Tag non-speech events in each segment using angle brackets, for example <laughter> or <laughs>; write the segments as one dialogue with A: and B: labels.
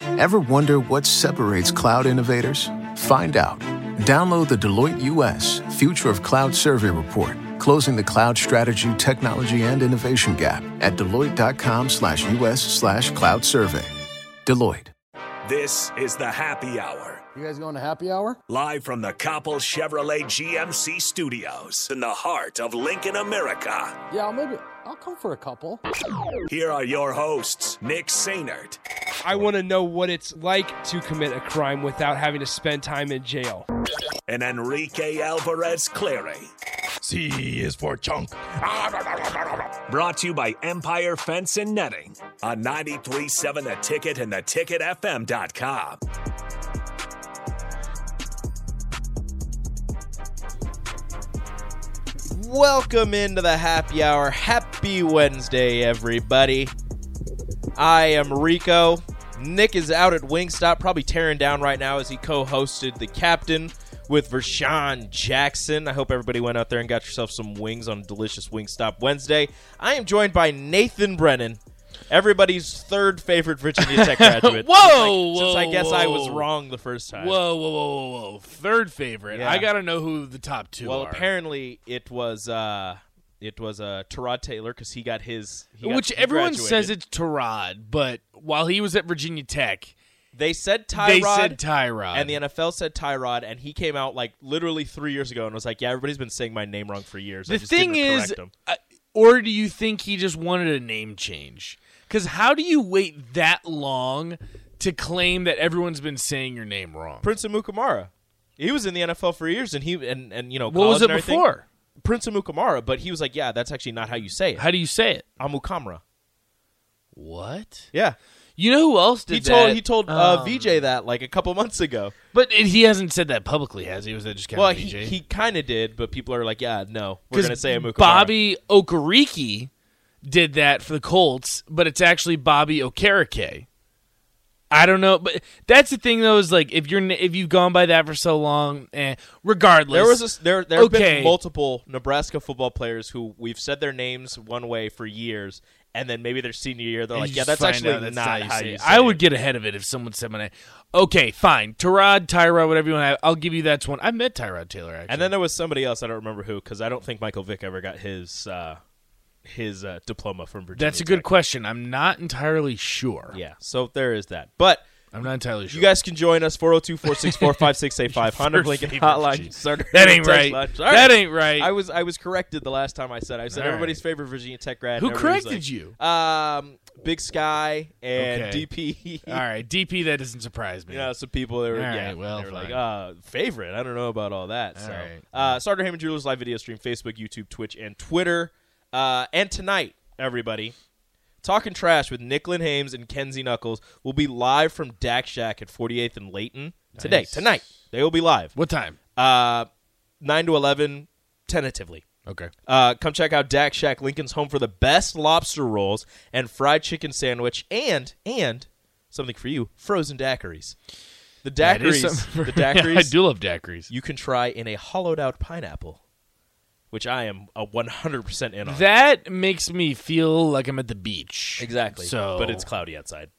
A: Ever wonder what separates cloud innovators? Find out. Download the Deloitte US Future of Cloud Survey Report, closing the cloud strategy, technology, and innovation gap at deloitte.com slash US slash cloud survey. Deloitte.
B: This is the happy hour.
C: You guys going to happy hour?
B: Live from the Coppel Chevrolet GMC studios in the heart of Lincoln, America.
C: Yeah, maybe I'll come for a couple.
B: Here are your hosts, Nick Sainert
D: I want to know what it's like to commit a crime without having to spend time in jail.
B: and Enrique Alvarez Clary.
E: C is for chunk.
B: Brought to you by Empire Fence and Netting on 937 The Ticket and theticketfm.com.
F: Welcome into the happy hour. Happy Wednesday, everybody. I am Rico. Nick is out at Wingstop, probably tearing down right now as he co hosted The Captain with Vershawn Jackson. I hope everybody went out there and got yourself some wings on delicious Wingstop Wednesday. I am joined by Nathan Brennan, everybody's third favorite Virginia
D: <laughs>
F: Tech graduate.
G: Whoa,
F: Since I
G: whoa,
F: guess I was
G: whoa.
F: wrong the first time.
G: Whoa, whoa, whoa, whoa, whoa! Third favorite.
F: Yeah.
G: I gotta know who the top two
F: Well,
G: are.
F: apparently it was uh it was uh Terod Taylor because he got his he got-
G: which
F: he
G: everyone
F: graduated.
G: says it's Tyrod, but while he was at Virginia Tech,
F: They said Tyrod.
G: they said Tyrod.
F: and the NFL said Tyrod, and he came out like literally three years ago and was like, "Yeah, everybody's been saying my name wrong for years." I
G: the
F: just
G: thing
F: didn't
G: is,
F: correct 'em."
G: uh, or do you think he just wanted a name change? Because how do you wait that long to claim that everyone's been saying your name wrong?
F: Prince of Mukamara, he was in the NFL for years, and he and and you know
G: What was
F: college
G: it
F: and everything.
G: before?
F: Prince of Mukamara, but he was like, "Yeah, that's actually not how you say it."
G: How do you say it?
F: Amukamara.
G: What?
F: Yeah,
G: You know who else did
F: he told
G: that?
F: he told uh,
G: Um,
F: VJ that like a couple months ago.
G: but it- he hasn't said that publicly, has he? Was that just kind
F: Well,
G: of
F: he,
G: VJ?
F: he kind of did, but people are like, yeah, no, we're
G: 'Cause
F: gonna say Amukamara.
G: Bobby Okereke did that for the Colts, but it's actually Bobby Okereke. I don't know, but that's the thing though is like if you're n- if you've gone by that for so long, eh, regardless,
F: There was a, s- there there have
G: Okay.
F: been multiple Nebraska football players who we've said their names one way for years, and then maybe their senior year they're
G: You
F: like, yeah,
G: just
F: that's
G: find
F: actually
G: out that's
F: not how
G: say
F: you.
G: it.
F: Say
G: I would
F: it.
G: get ahead of it if someone said my name. Okay, fine, Tyrod, Tyrod, whatever you want. to have. I'll give you that's one. I met Tyrod Taylor actually.
F: And then there was somebody else I don't remember who because I don't think Michael Vick ever got his uh, his uh, diploma from Virginia.
G: that's a good
F: Tech.
G: question. I'm not entirely sure.
F: Yeah, so there is that, but.
G: I'm not entirely sure.
F: You guys can join us 402 464 5685
G: Your
F: Lincoln
G: favorite,
F: Hotline.
G: jeez.
F: Starter
G: That ain't
F: text
G: right.
F: line. Sorry.
G: That ain't right.
F: I was I was corrected the last time I said I said
G: All right.
F: everybody's favorite Virginia Tech grad.
G: Who
F: and everybody was
G: corrected
F: like,
G: you?
F: Um, Big Sky and <laughs>
G: Okay.
F: DP.
G: All right, DP. That doesn't surprise me.
F: You know, some people they were
G: All right,
F: yeah,
G: well,
F: they were like
G: fine.
F: uh, favorite. I don't know about all that. so,
G: right.
F: uh, Starter Heyman Jewelers live video stream, Facebook, YouTube, Twitch, and Twitter. Uh, and tonight, everybody, talking trash with Nicklin Hames and Kenzie Knuckles will be live from Dak Shack at 48th and Layton today.
G: Nice.
F: Tonight, they will be live.
G: What time?
F: Uh, nine to eleven, tentatively.
G: Okay.
F: Uh, come check out Dak Shack, Lincoln's home for the best lobster rolls and fried chicken sandwich, and and something for you, frozen daiquiris. The
G: That is
F: daiquiris,
G: something <laughs>
F: the
G: for-
F: daiquiris,
G: I do love daiquiris.
F: you can try in a hollowed out pineapple, which I am a 100% in on.
G: That makes me feel like I'm at the beach.
F: exactly.
G: So,
F: but it's cloudy outside.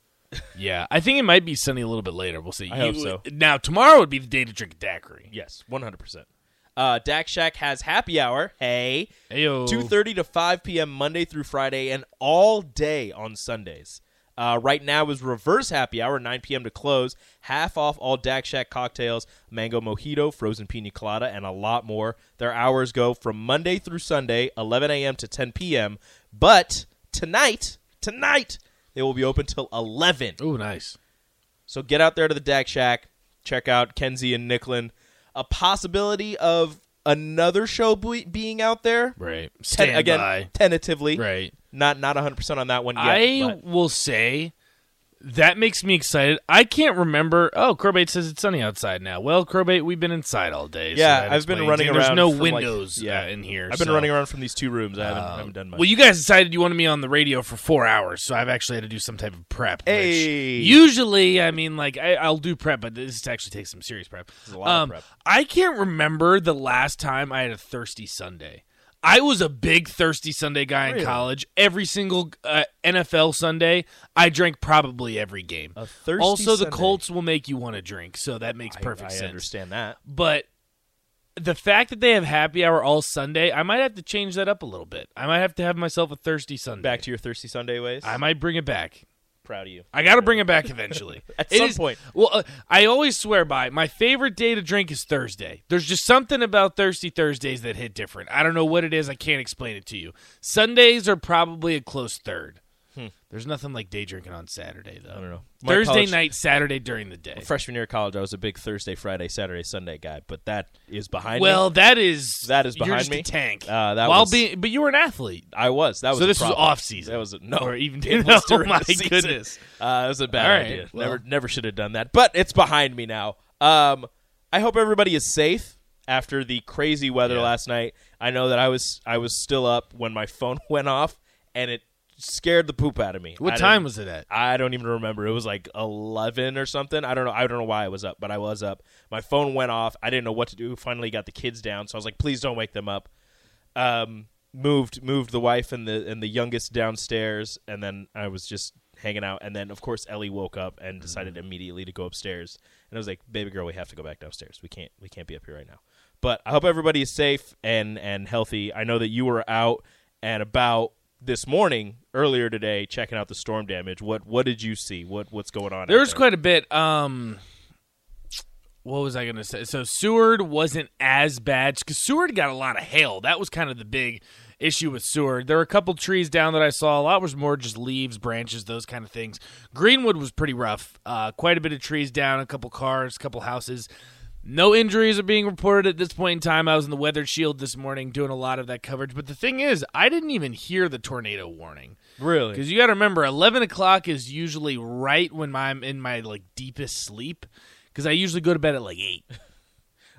G: yeah. I think it might be sunny a little bit later. We'll see.
F: I hope so.
G: Now tomorrow would be the day to drink a daiquiri.
F: Yes, 100%. Uh, Dak Shack has happy hour. Hey,
G: Ayo.
F: 2.30 to 5 p.m. Monday through Friday and all day on Sundays. Uh, right now is reverse happy hour, 9 p.m. to close. Half off all Dak Shack cocktails, mango mojito, frozen pina colada, and a lot more. Their hours go from Monday through Sunday, 11 a.m. to 10 p.m. But tonight, tonight, they will be open till 11.
G: Oh, nice.
F: So get out there to the Dak Shack, check out Kenzie and Nicklin. A possibility of another show be- being out there
G: Right.
F: ten-
G: Stand
F: again
G: by.
F: tentatively
G: Right.
F: not not 100% on that one yet
G: I
F: but-
G: will say that makes me excited. I can't remember. Oh, Corbate says it's sunny outside now. Well, Corbate, we've been inside all day. so
F: yeah
G: that
F: i've been
G: explains
F: running
G: it.
F: around
G: There's no
F: from, like-
G: windows uh, in here.
F: i've been
G: so- Um,
F: running around from these two rooms i haven't, I haven't done much
G: Well, you guys decided you wanted me on the radio for four hours, so I've actually had to do some type of prep. which
F: Hey.
G: usually, I mean, like I, I'll do prep, but this actually takes some serious prep.
F: is a lot of
G: Um,
F: prep.
G: I can't remember the last time I had a thirsty Sunday. I was a big thirsty Sunday guy in college. Every single uh, NFL Sunday, I drank probably every game.
F: A thirsty
G: also, the
F: Sunday.
G: Colts will make you want to drink, so that makes
F: I-
G: perfect
F: I,
G: sense.
F: understand that.
G: But the fact that they have happy hour all Sunday, I might have to change that up a little bit. I might have to have myself a thirsty Sunday.
F: Back to your thirsty Sunday ways.
G: I might bring it back.
F: proud of you.
G: I got to bring
F: <laughs>
G: it back eventually.
F: At
G: It
F: some point.
G: Well, uh, I always swear by it. my favorite day to drink is Thursday. There's just something about thirsty Thursdays that hit different. I don't know what it is. I can't explain it to you. Sundays are probably a close third. There's nothing like day drinking on Saturday though. I
F: Hmm. don't know. My
G: Thursday
F: college-
G: night, Saturday during the day.
F: Freshman year of college, I was a big Thursday, Friday, Saturday, Sunday guy, but that is behind me.
G: Well, that is
F: That is
G: you're
F: behind
G: just
F: me.
G: A tank.
F: Uh, that
G: While
F: was-
G: being, but you were an athlete.
F: I was. That was
G: So
F: a
G: this was
F: problem.
G: off season.
F: That was a, no,
G: <laughs>
F: <laughs>
G: Or even-
F: it
G: Oh
F: was during
G: my
F: the season.
G: goodness.
F: Uh, it was a bad
G: All right,
F: idea.
G: well.
F: Never, never should have done that. But it's behind me now. Um, I hope everybody is safe after the crazy weather last night. I know that I was, I was still up when my <laughs> phone went off, and it scared the poop out of me. I
G: What
F: didn't-
G: time was it at?
F: I don't even remember. It was like eleven or something. I don't know. I don't know why I was up, but I was up. My phone went off. I didn't know what to do. Finally got the kids down, so I was like, "Please don't wake them up." Um, moved moved the wife and the and the youngest downstairs, and then I was just hanging out. And then of course Ellie woke up and decided immediately to go upstairs. And I was like, "Baby girl, we have to go back downstairs. We can't we can't be up here right now." But I hope everybody is safe and and healthy. I know that you were out and about this morning earlier today checking out the storm damage what what did you see what what's going on out
G: There was quite a bit. Um, what was I going to say? So Seward wasn't as bad because Seward got a lot of hail. That was kind of the big issue with Seward. There were a couple trees down that I saw. A lot was more just leaves, branches, those kind of things. Greenwood was pretty rough. Uh, quite a bit of trees down, a couple cars, a couple houses. No injuries are being reported at this point in time. I was in the weather shield this morning doing a lot of that coverage. But the thing is, I didn't even hear the tornado warning.
F: really
G: Because you got to remember, eleven o'clock is usually right when my, I'm in my like deepest sleep. Because I usually go to bed at like eight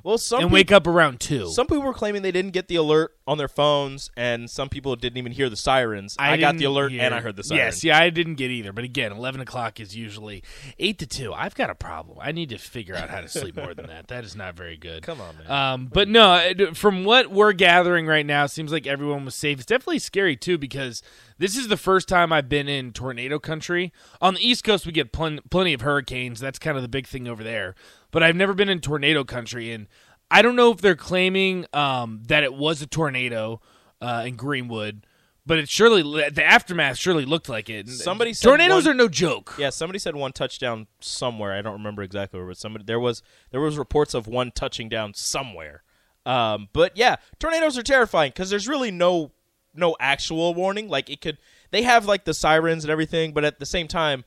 F: well some
G: and
F: people,
G: wake up around two.
F: some people were claiming they didn't get the alert on their phones and some people didn't even hear the sirens i, got the
G: didn't
F: alert
G: hear-
F: and i heard the siren
G: Yes, yeah, I didn't get either. But again, eleven o'clock is usually eight to two. I've got a problem. I need to figure out how to sleep more than that. That is not very
F: <laughs>
G: good.
F: Come on, man.
G: Um, but no, it- from what we're gathering right now, it seems like everyone was safe. It's definitely scary too because this is the first time I've been in tornado country. On the East Coast, we get plen- plenty of hurricanes. That's kind of the big thing over there. But I've never been in tornado country, and I don't know if they're claiming um, that it was a tornado uh, in Greenwood. But it surely the aftermath surely looked like it.
F: Somebody said
G: tornadoes
F: one-
G: are no joke.
F: yeah somebody said one touchdown somewhere i don't remember exactly where but somebody there was there was reports of one touching down somewhere um but yeah tornadoes are terrifying because there's really no no actual warning like it could they have like the sirens and everything but at the same time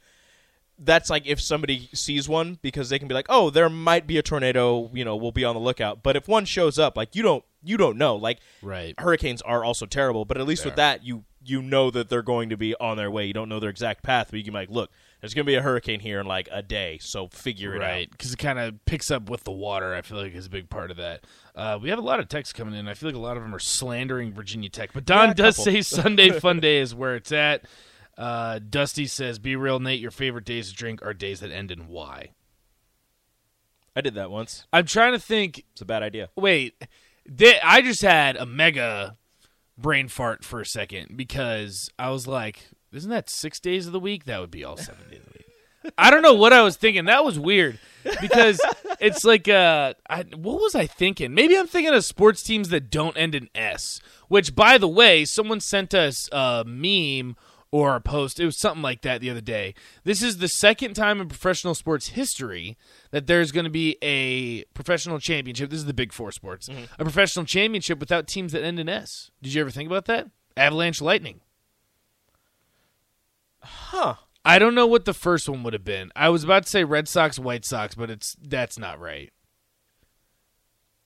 F: that's like if somebody sees one because they can be like, "Oh, there might be a tornado, you know, we'll be on the lookout." But if one shows up, like you don't you don't know. Like
G: Right.
F: hurricanes are also terrible, but at least with that you you know that they're going to be on their way. You don't know their exact path, but you can be like, "Look, there's going to be a hurricane here in like a day, so figure it
G: right because it kind of picks up with the water i feel like is a big part of that uh, we have a lot of texts coming in i feel like a lot of them are slandering virginia tech but don
F: Yeah, a <laughs>
G: does
F: couple.
G: say sunday fun day is where it's at uh, dusty says be real nate your favorite days to drink are days that end in y
F: out." I did that once.
G: i'm trying to think
F: It's a bad idea.
G: wait di- i just had a mega brain fart for a second because i was like isn't that six days of the week that would be all seven days of the week i don't know what i was thinking that was weird because it's like uh I, what was i thinking maybe i'm thinking of sports teams that don't end in s which by the way someone sent us a meme or a post it was something like that the other day this is the second time in professional sports history that there's going to be a professional championship this is the big four sports a professional championship without teams that end in s did you ever think about that avalanche lightning I don't know what the first one would have been. I was about to say Red Sox, White Sox, but it's that's not right.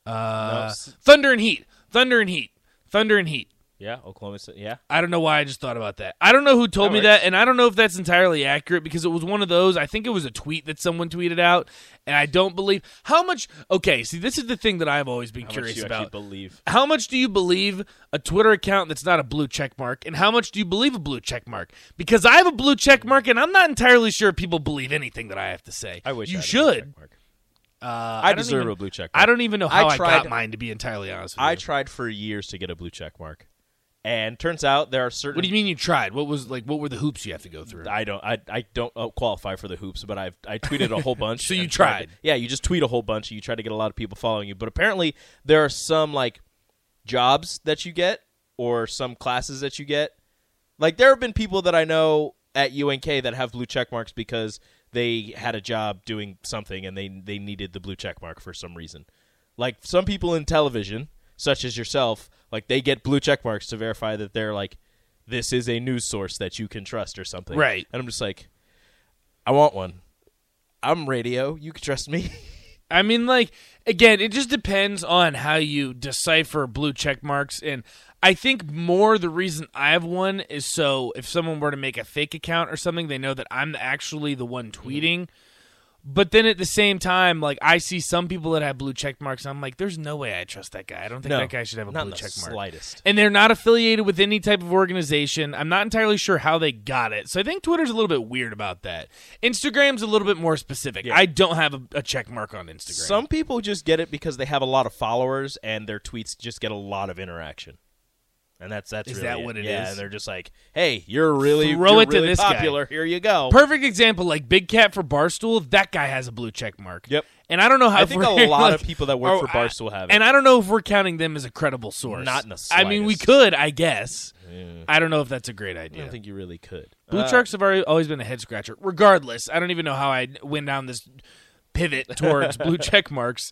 F: Uh,
G: Thunder and Heat, Thunder and Heat, Thunder and Heat.
F: yeah, Oklahoma City. Yeah.
G: I don't know why I just thought about that. I don't know who told
F: That
G: me
F: works.
G: that, and I don't know if that's entirely accurate because it was one of those. I think it was a tweet that someone tweeted out, and I don't believe how much. Okay, see, this is the thing that I've always been
F: How much
G: curious
F: do you actually
G: about.
F: believe.
G: how much do you believe a Twitter account that's not a blue check mark, and how much do you believe a blue check mark? Because I have a blue check mark, and I'm not entirely sure people believe anything that I have to say.
F: I wish
G: you
F: I had a
G: should.
F: check mark.
G: Uh,
F: I,
G: don't
F: deserve
G: even-
F: a blue check. Mark.
G: I don't even know
F: I
G: how I, got
F: tried-
G: mine. To be entirely honest, with
F: I
G: you.
F: tried for years to get a blue check mark, and turns out there are certain.
G: What do you mean you tried? What was like? What were the hoops you have to go through?
F: I don't. I, I don't uh, qualify for the hoops, but I've I tweeted a
G: <laughs>
F: whole bunch.
G: So you
F: and tried to-
G: tried.
F: yeah, you just tweet a whole bunch. and You try to get a lot of people following you, but apparently there are some like jobs that you get or some classes that you get. Like there have been people that I know at UNK that have blue check marks because they had a job doing something and they they needed the blue check mark for some reason. Like some people in television, such as yourself, like they get blue check marks to verify that they're like this is a news source that you can trust or something.
G: Right.
F: And I'm just like I want one. I'm radio. You can trust me. <laughs>
G: I mean, like again, it just depends on how you decipher blue check marks, and I think more the reason I have one is so if someone were to make a fake account or something, they know that I'm actually the one tweeting. But then at the same time, like I see some people that have blue check marks, and I'm like, there's no way I trust that guy. I don't think
F: No,
G: that guy should have a
F: not
G: blue
F: in the
G: check mark.
F: slightest.
G: And they're not affiliated with any type of organization. I'm not entirely sure how they got it. So I think Twitter's a little bit weird about that. Instagram's a little bit more specific. I don't have a, a check mark on Instagram.
F: Some people just get it because they have a lot of followers and their tweets just get a lot of interaction. And that's that's
G: Is
F: really
G: that what
F: it
G: it
F: yeah,
G: is?
F: and they're just like, "Hey, you're really
G: Throw
F: you're
G: it to
F: really
G: this guy.
F: popular. Here you go."
G: perfect example, like Big Cat for Barstool, that guy has a blue check mark.
F: Yep.
G: And I don't know how.
F: I
G: if
F: think
G: we're- <laughs>
F: a lot
G: like-
F: of people that work
G: oh,
F: for Barstool
G: I,
F: have it.
G: And I don't know if we're counting them as a credible source.
F: Not in the
G: I mean, we
F: slightest.
G: could, I guess. I don't know if that's a great
F: I don't
G: idea.
F: think you really could.
G: Blue
F: Uh,
G: checks have already, always been a head scratcher. Regardless, I don't even know how I went down this
F: <laughs>
G: pivot towards blue check marks.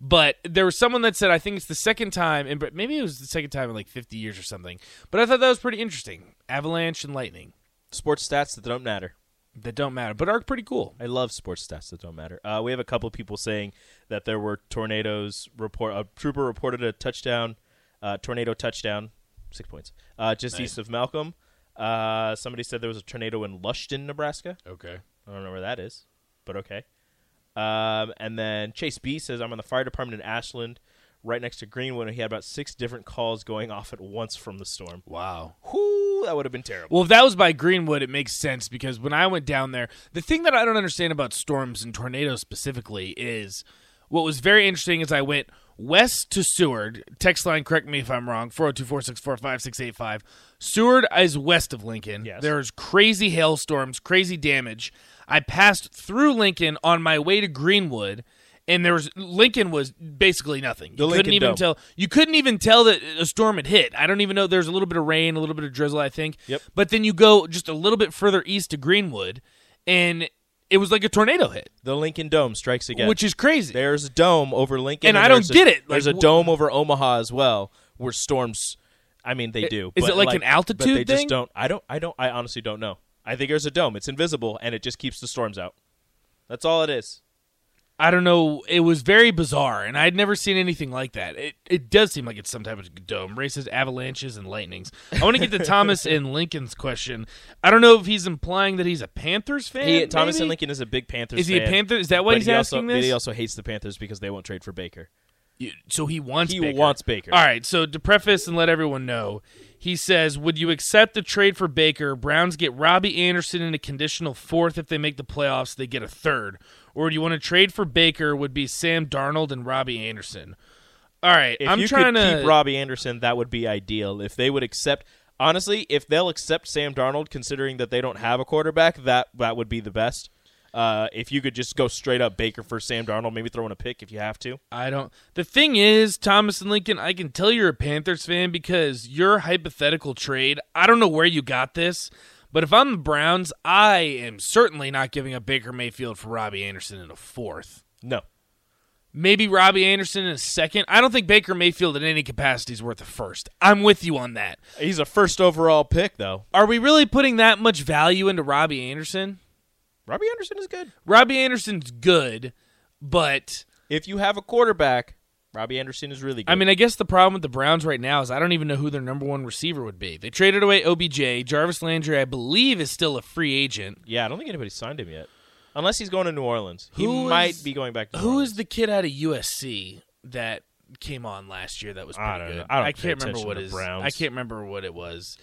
G: But there was someone that said, I think it's the second time, and but maybe it was the second time in like 50 years or something. But I thought that was pretty interesting. Avalanche and lightning
F: sports stats that don't matter.
G: that don't matter, but are pretty cool.
F: I love sports stats that don't matter. Uh, we have a couple people saying that there were tornadoes. Report a trooper reported a touchdown, uh, tornado touchdown, six points, uh, just east of Malcolm. Uh, somebody said there was a tornado in Lushton, Nebraska.
G: Okay.
F: I don't know where that is, but okay. Um, and then Chase B says, I'm on the fire department in Ashland, right next to Greenwood, and he had about six different calls going off at once from the storm.
G: Wow.
F: Whoo, that would have been terrible.
G: Well, if that was by Greenwood, it makes sense because when I went down there, the thing that I don't understand about storms and tornadoes specifically is what was very interesting is I went west to Seward. Text line, correct me if I'm wrong, 402-464-5685. Seward is west of Lincoln.
F: Yes.
G: There's crazy hailstorms, crazy damage. I passed through Lincoln on my way to Greenwood. And there was Lincoln was basically nothing. You
F: The
G: couldn't
F: Lincoln
G: even
F: Dome.
G: tell tell- you couldn't even tell that a storm had hit. I don't even know. There's a little bit of rain, a little bit of drizzle, I think.
F: Yep.
G: But then you go just a little bit further east to Greenwood, and it was like a tornado hit,
F: The Lincoln Dome strikes again.
G: which is crazy.
F: There's a dome over Lincoln,
G: And I don't
F: there's a-
G: get it. Like,
F: there's a
G: wh-
F: dome over Omaha as well, where storms. I mean, they do.
G: is
F: but
G: it like
F: But
G: an
F: they
G: altitude
F: just
G: thing?
F: don't. I don't. I don't. I honestly don't know. I think there's a dome. It's invisible, and it just keeps the storms out. That's all it is.
G: I don't know. It was very bizarre, and I'd never seen anything like that. It, it does seem like it's some type of dome. Races, avalanches, and lightnings. I want to get
F: <laughs>
G: to Thomas and Lincoln's question. I don't know if he's implying that he's a Panthers fan.
F: He, Thomas
G: maybe?
F: and Lincoln is a big Panthers.
G: Is he a
F: fan,
G: Panther? Is that why
F: but
G: he's
F: he also-
G: asking
F: but He
G: this?
F: also hates the Panthers because they won't trade for Baker.
G: So he wants
F: He
G: Baker.
F: wants Baker.
G: All right. So to preface and let everyone know, he says, "Would you accept the trade for Baker? Browns get Robbie Anderson in a conditional fourth if they make the playoffs. They get a third. Or do you want to trade for Baker? Would be Sam Darnold and Robbie Anderson. All right.
F: If
G: I'm
F: you
G: trying
F: could
G: to
F: keep Robbie Anderson, that would be ideal. If they would accept, honestly, if they'll accept Sam Darnold, considering that they don't have a quarterback, that that would be the best. Uh, if you could just go straight up Baker for Sam Darnold, maybe throw in a pick if you have to.
G: I don't. The thing is, Thomas and Lincoln, I can tell you're a Panthers fan because your hypothetical trade, I don't know where you got this, but if I'm the Browns, I am certainly not giving up Baker Mayfield for Robbie Anderson in a fourth.
F: No,
G: Maybe Robbie Anderson in a second. I don't think Baker Mayfield in any capacity is worth a first. I'm with you on that.
F: he's a first overall pick though.
G: Are we really putting that much value into Robbie Anderson?
F: Robbie Anderson is good.
G: Robbie Anderson's good, but
F: if you have a quarterback, Robbie Anderson is really good.
G: I mean, I guess the problem with the Browns right now is I don't even know who their number one receiver would be. They traded away OBJ. Jarvis Landry, I believe, is still a free agent.
F: yeah, I don't think anybody signed him yet, unless he's going to New Orleans. He
G: Who
F: might
G: is-
F: be going back to. New
G: Who
F: Orleans.
G: is the kid out of USC that came on last year that was pretty
F: I don't
G: good?
F: know. I don't pay
G: can't remember
F: attention
G: what
F: to
G: his
F: Browns.
G: I can't remember what it was.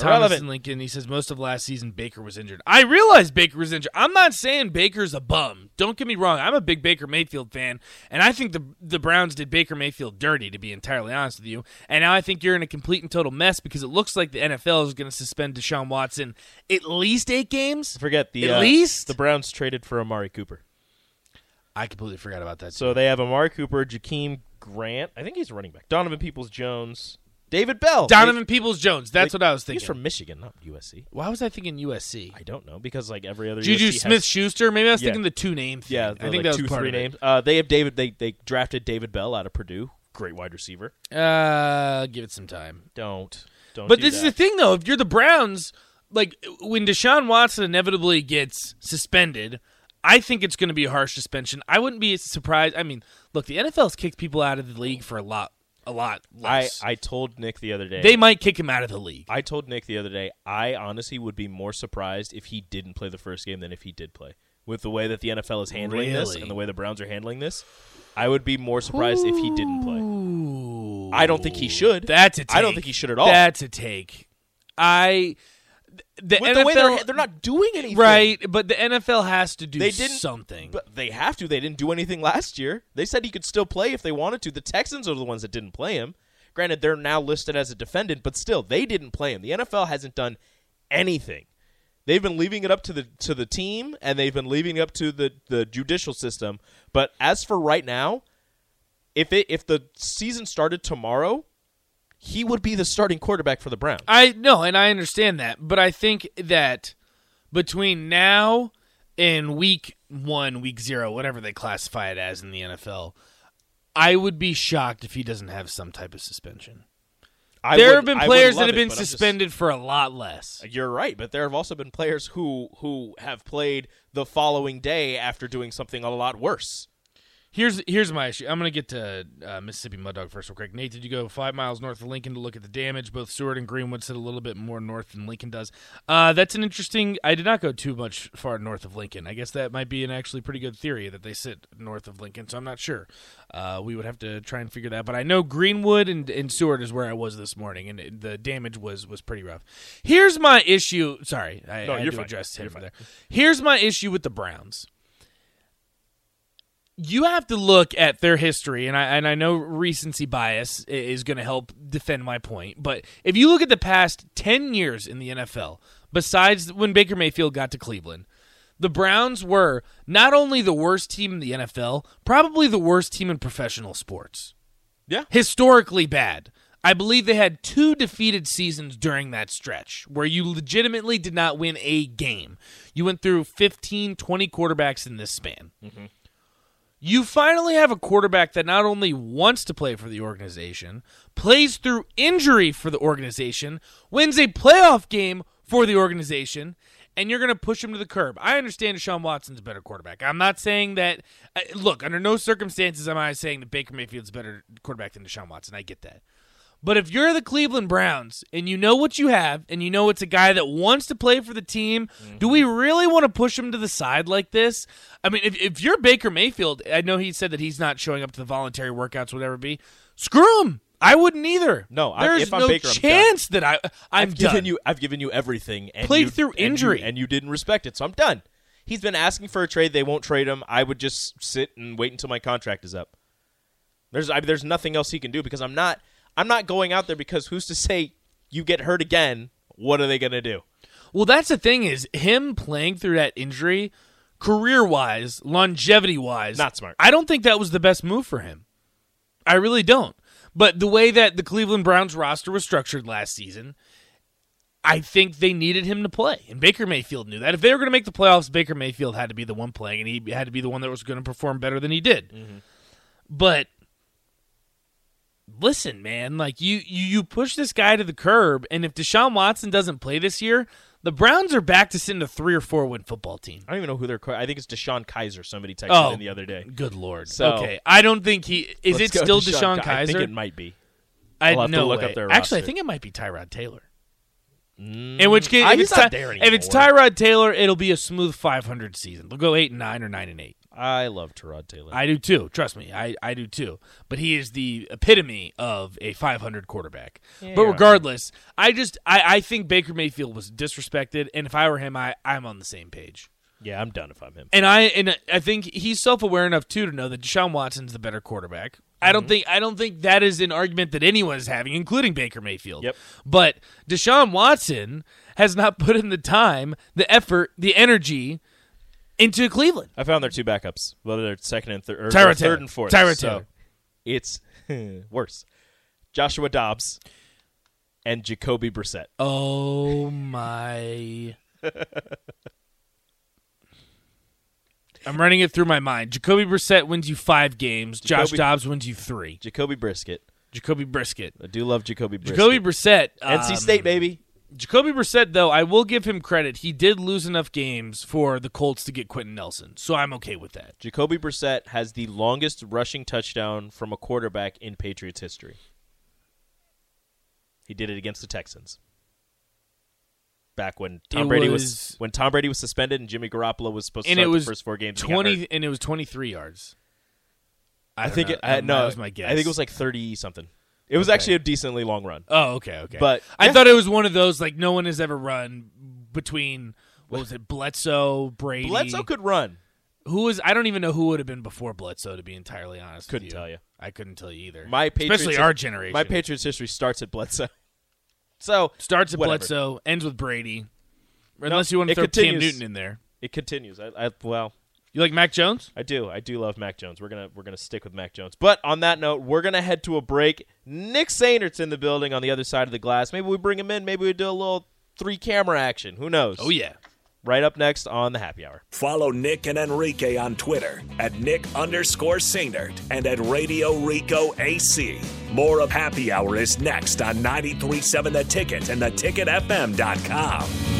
F: Irrelevant.
G: Thomas and Lincoln. He says most of last season Baker was injured. I realize Baker was injured. I'm not saying Baker's a bum. Don't get me wrong. I'm a big Baker Mayfield fan, and I think the the Browns did Baker Mayfield dirty. To be entirely honest with you, and now I think you're in a complete and total mess because it looks like the NFL is going to suspend Deshaun Watson at least eight games.
F: Forget the
G: at
F: uh,
G: least
F: the Browns traded for Amari Cooper,
G: I completely forgot about that.
F: so they have Amari Cooper, Jakeem Grant. I think he's a running back. Donovan Peoples Jones, David Bell.
G: Donovan Peoples Jones.
F: They-
G: That's what I was
F: they-
G: thinking.
F: He's from Michigan, not USC.
G: Why was I thinking USC?
F: I don't know because like every other
G: Juju
F: USC has-
G: Smith Schuster. Maybe I was
F: Yeah.
G: thinking the two name thing.
F: Yeah,
G: I
F: they're
G: think
F: like
G: that was
F: two
G: part
F: three
G: of it.
F: names. Uh, they have David. They they drafted David Bell out of Purdue. Great wide receiver.
G: Uh, give it some time.
F: Don't don't.
G: But
F: do
G: this is
F: that.
G: the thing, though. If you're the Browns, like when Deshaun Watson inevitably gets suspended, I think it's going to be a harsh suspension. I wouldn't be surprised. I mean, look, the NFL's kicked people out of the league for a lot, a lot
F: I
G: less.
F: I told Nick the other day.
G: they might kick him out of the league.
F: I told Nick the other day. I honestly would be more surprised if he didn't play the first game than if he did play. With the way that the NFL is handling this
G: Really?
F: and the way the Browns are handling this, I would be more surprised if he didn't play.
G: Ooh.
F: I don't think he should.
G: That's a take.
F: I don't think he should at all.
G: That's a take. I. The
F: With
G: NFL,
F: the way they're they're not doing anything
G: Right, but the NFL has to do
F: They didn't
G: something.
F: But they have to. They didn't do anything last year. They said he could still play if they wanted to. The Texans are the ones that didn't play him. Granted, they're now listed as a defendant, but still, they didn't play him. The NFL hasn't done anything. They've been leaving it up to the to the team, and they've been leaving it up to the the judicial system. But as for right now, if it if the season started tomorrow, he would be the starting quarterback for the Browns.
G: I no, and I understand that, but I think that between now and week 1, week 0, whatever they classify it as in the NFL, I would be shocked if he doesn't have some type of suspension.
F: I
G: there
F: would-
G: have been
F: I would
G: players
F: love
G: that have
F: it,
G: been
F: but I'm just-
G: suspended for a lot less.
F: You're right, but there have also been players who who have played the following day after doing something a lot worse.
G: Here's here's my issue. I'm gonna get to uh, Mississippi Mud Dog first, real quick. Nate, did you go five miles north of Lincoln to look at the damage? Both Seward and Greenwood sit a little bit more north than Lincoln does. Uh, that's an interesting. I did not go too much far north of Lincoln. I guess that might be an actually pretty good theory that they sit north of Lincoln. So I'm not sure. Uh, we would have to try and figure that. But I know Greenwood and, and Seward is where I was this morning, and it- the damage was was pretty rough. Here's my issue. Sorry, I,
F: No,
G: I
F: you're
G: do
F: fine.
G: address him
F: You're fine.
G: there. Here's my issue with the Browns you have to look at their history, and I and I know recency bias i- is going to help defend my point. But if you look at the past ten years in the NFL, besides when Baker Mayfield got to Cleveland, the Browns were not only the worst team in the NFL, probably the worst team in professional sports.
F: Yeah.
G: historically bad. I believe they had two defeated seasons during that stretch where you legitimately did not win a game. You went through 15, 20 quarterbacks in this span you finally have a quarterback that not only wants to play for the organization, plays through injury for the organization, wins a playoff game for the organization, and you're going to push him to the curb. I understand Deshaun Watson's a better quarterback. I'm not saying that. I- Look, under no circumstances am I saying that Baker Mayfield's a better quarterback than Deshaun Watson. I get that. But if you're the Cleveland Browns and you know what you have and you know it's a guy that wants to play for the team, do
F: Mm-hmm.
G: we really want to push him to the side like this? I mean, if, if you're Baker Mayfield, I know he said that he's not showing up to the voluntary workouts, whatever it be. Screw him. I wouldn't either.
F: No, I-
G: there's
F: if I'm
G: no
F: Baker, I'm done.
G: chance that I I'm
F: have
G: done.
F: given you I've given you everything. And
G: Played
F: you-
G: through
F: and you-
G: injury.
F: and you didn't respect it, so I'm done. He's been asking for a trade. They won't trade him. I would just sit and wait until my contract is up. There's I, there's nothing else he can do because I'm not I'm not going out there because who's to say you get hurt again? What are they gonna do?
G: Well, that's the thing is him playing through that injury, career wise, longevity wise,
F: Not smart.
G: I don't think that was the best move for him. I really don't. But the way that the Cleveland Browns roster was structured last season, I think they needed him to play, and Baker Mayfield knew that. If they were going to make the playoffs, Baker Mayfield had to be the one playing, and he had to be the one that was going to perform better than he did.
F: Mm-hmm.
G: But listen, man, like you, you you push this guy to the curb, and if Deshaun Watson doesn't play this year, The Browns are back to sitting a three or four win football team.
F: I don't even know who they're. I think it's Deshaun Kaiser. Somebody texted
G: Oh,
F: in the other day.
G: Good lord.
F: So-
G: okay, I don't think he is.
F: Let's
G: it
F: go
G: still
F: Deshaun
G: Deshaun,
F: Ki- I
G: Kaiser?
F: think it might be.
G: I
F: I'll have to
G: no
F: look up
G: way.
F: their
G: Actually, I
F: roster.
G: think it might be Tyrod Taylor. In which case,
F: Ah,
G: if
F: he's
G: it's,
F: not
G: Ty-
F: there
G: if it's
F: anymore.
G: Tyrod Taylor, it'll be a smooth 500 season. They'll go eight and nine or nine and eight.
F: I love Terod Taylor.
G: I do too. Trust me, I, I do too. But he is the epitome of a 500 quarterback. but regardless, I just I, I think Baker Mayfield was disrespected, and if I were him, I I'm on the same page.
F: yeah, I'm done if I'm him.
G: And I and I think he's self aware enough too to know that Deshaun Watson's the better quarterback. I
F: Mhm.
G: don't think I don't think that is an argument that anyone is having, including Baker Mayfield.
F: Yep.
G: But Deshaun Watson has not put in the time, the effort, the energy into Cleveland.
F: I found their two backups, whether they're second and third, or
G: Tyrod
F: third
G: Taylor.
F: and fourth.
G: Tyrod
F: So
G: Taylor.
F: It's <laughs> worse. Joshua Dobbs and Jacoby Brissett. <laughs>
G: Oh my. I'm running it through my mind. Jacoby Brissett wins you five games. Josh
F: Jacoby-
G: Dobbs wins you three.
F: Jacoby Brisket.
G: Jacoby Brisket.
F: I do love Jacoby Brisket.
G: Jacoby Brissett.
F: NC
G: um,
F: State, baby.
G: Jacoby Brissett, though, I will give him credit. He did lose enough games for the Colts to get Quentin Nelson, so I'm okay with that.
F: Jacoby Brissett has the longest rushing touchdown from a quarterback in Patriots history. He did it against the Texans. Back when Tom
G: It
F: Brady
G: was-
F: was when Tom Brady was suspended and Jimmy Garoppolo was supposed to
G: And
F: start
G: it was
F: the first four games. and he got hurt.
G: Twenty, and it was 23 yards.
F: I,
G: don't
F: think
G: know.
F: it, I,
G: Um,
F: no,
G: that was my guess.
F: I think it was like thirty something. It was actually a decently long run.
G: Oh, okay, okay.
F: But-
G: I
F: yeah.
G: thought it was one of those like no one has ever run between what was it, Bledsoe, Brady.
F: Bledsoe could run.
G: who was I don't even know who would have been before Bledsoe to be entirely honest.
F: Couldn't
G: with
F: tell you.
G: I couldn't tell you either.
F: My Patriots,
G: especially our generation.
F: My Patriots history starts at Bledsoe. <laughs> So
G: starts at
F: whatever.
G: Bledsoe, ends with Brady. Unless you want to
F: it
G: throw
F: continues.
G: Cam Newton in there.
F: It continues. I, I well,
G: You like Mac Jones?
F: I do. I do love Mac Jones. We're gonna we're gonna stick with Mac Jones. But on that note, we're gonna head to a break. Nick Sanert's in the building on the other side of the glass. Maybe we bring him in. Maybe we do a little three camera action. Who knows?
G: Oh yeah.
F: Right up next on the happy hour.
B: Follow Nick and Enrique on Twitter at Nick underscore Sainert and at Radio Rico AC. More of Happy Hour is next on 937 The Ticket and theticketfm.com.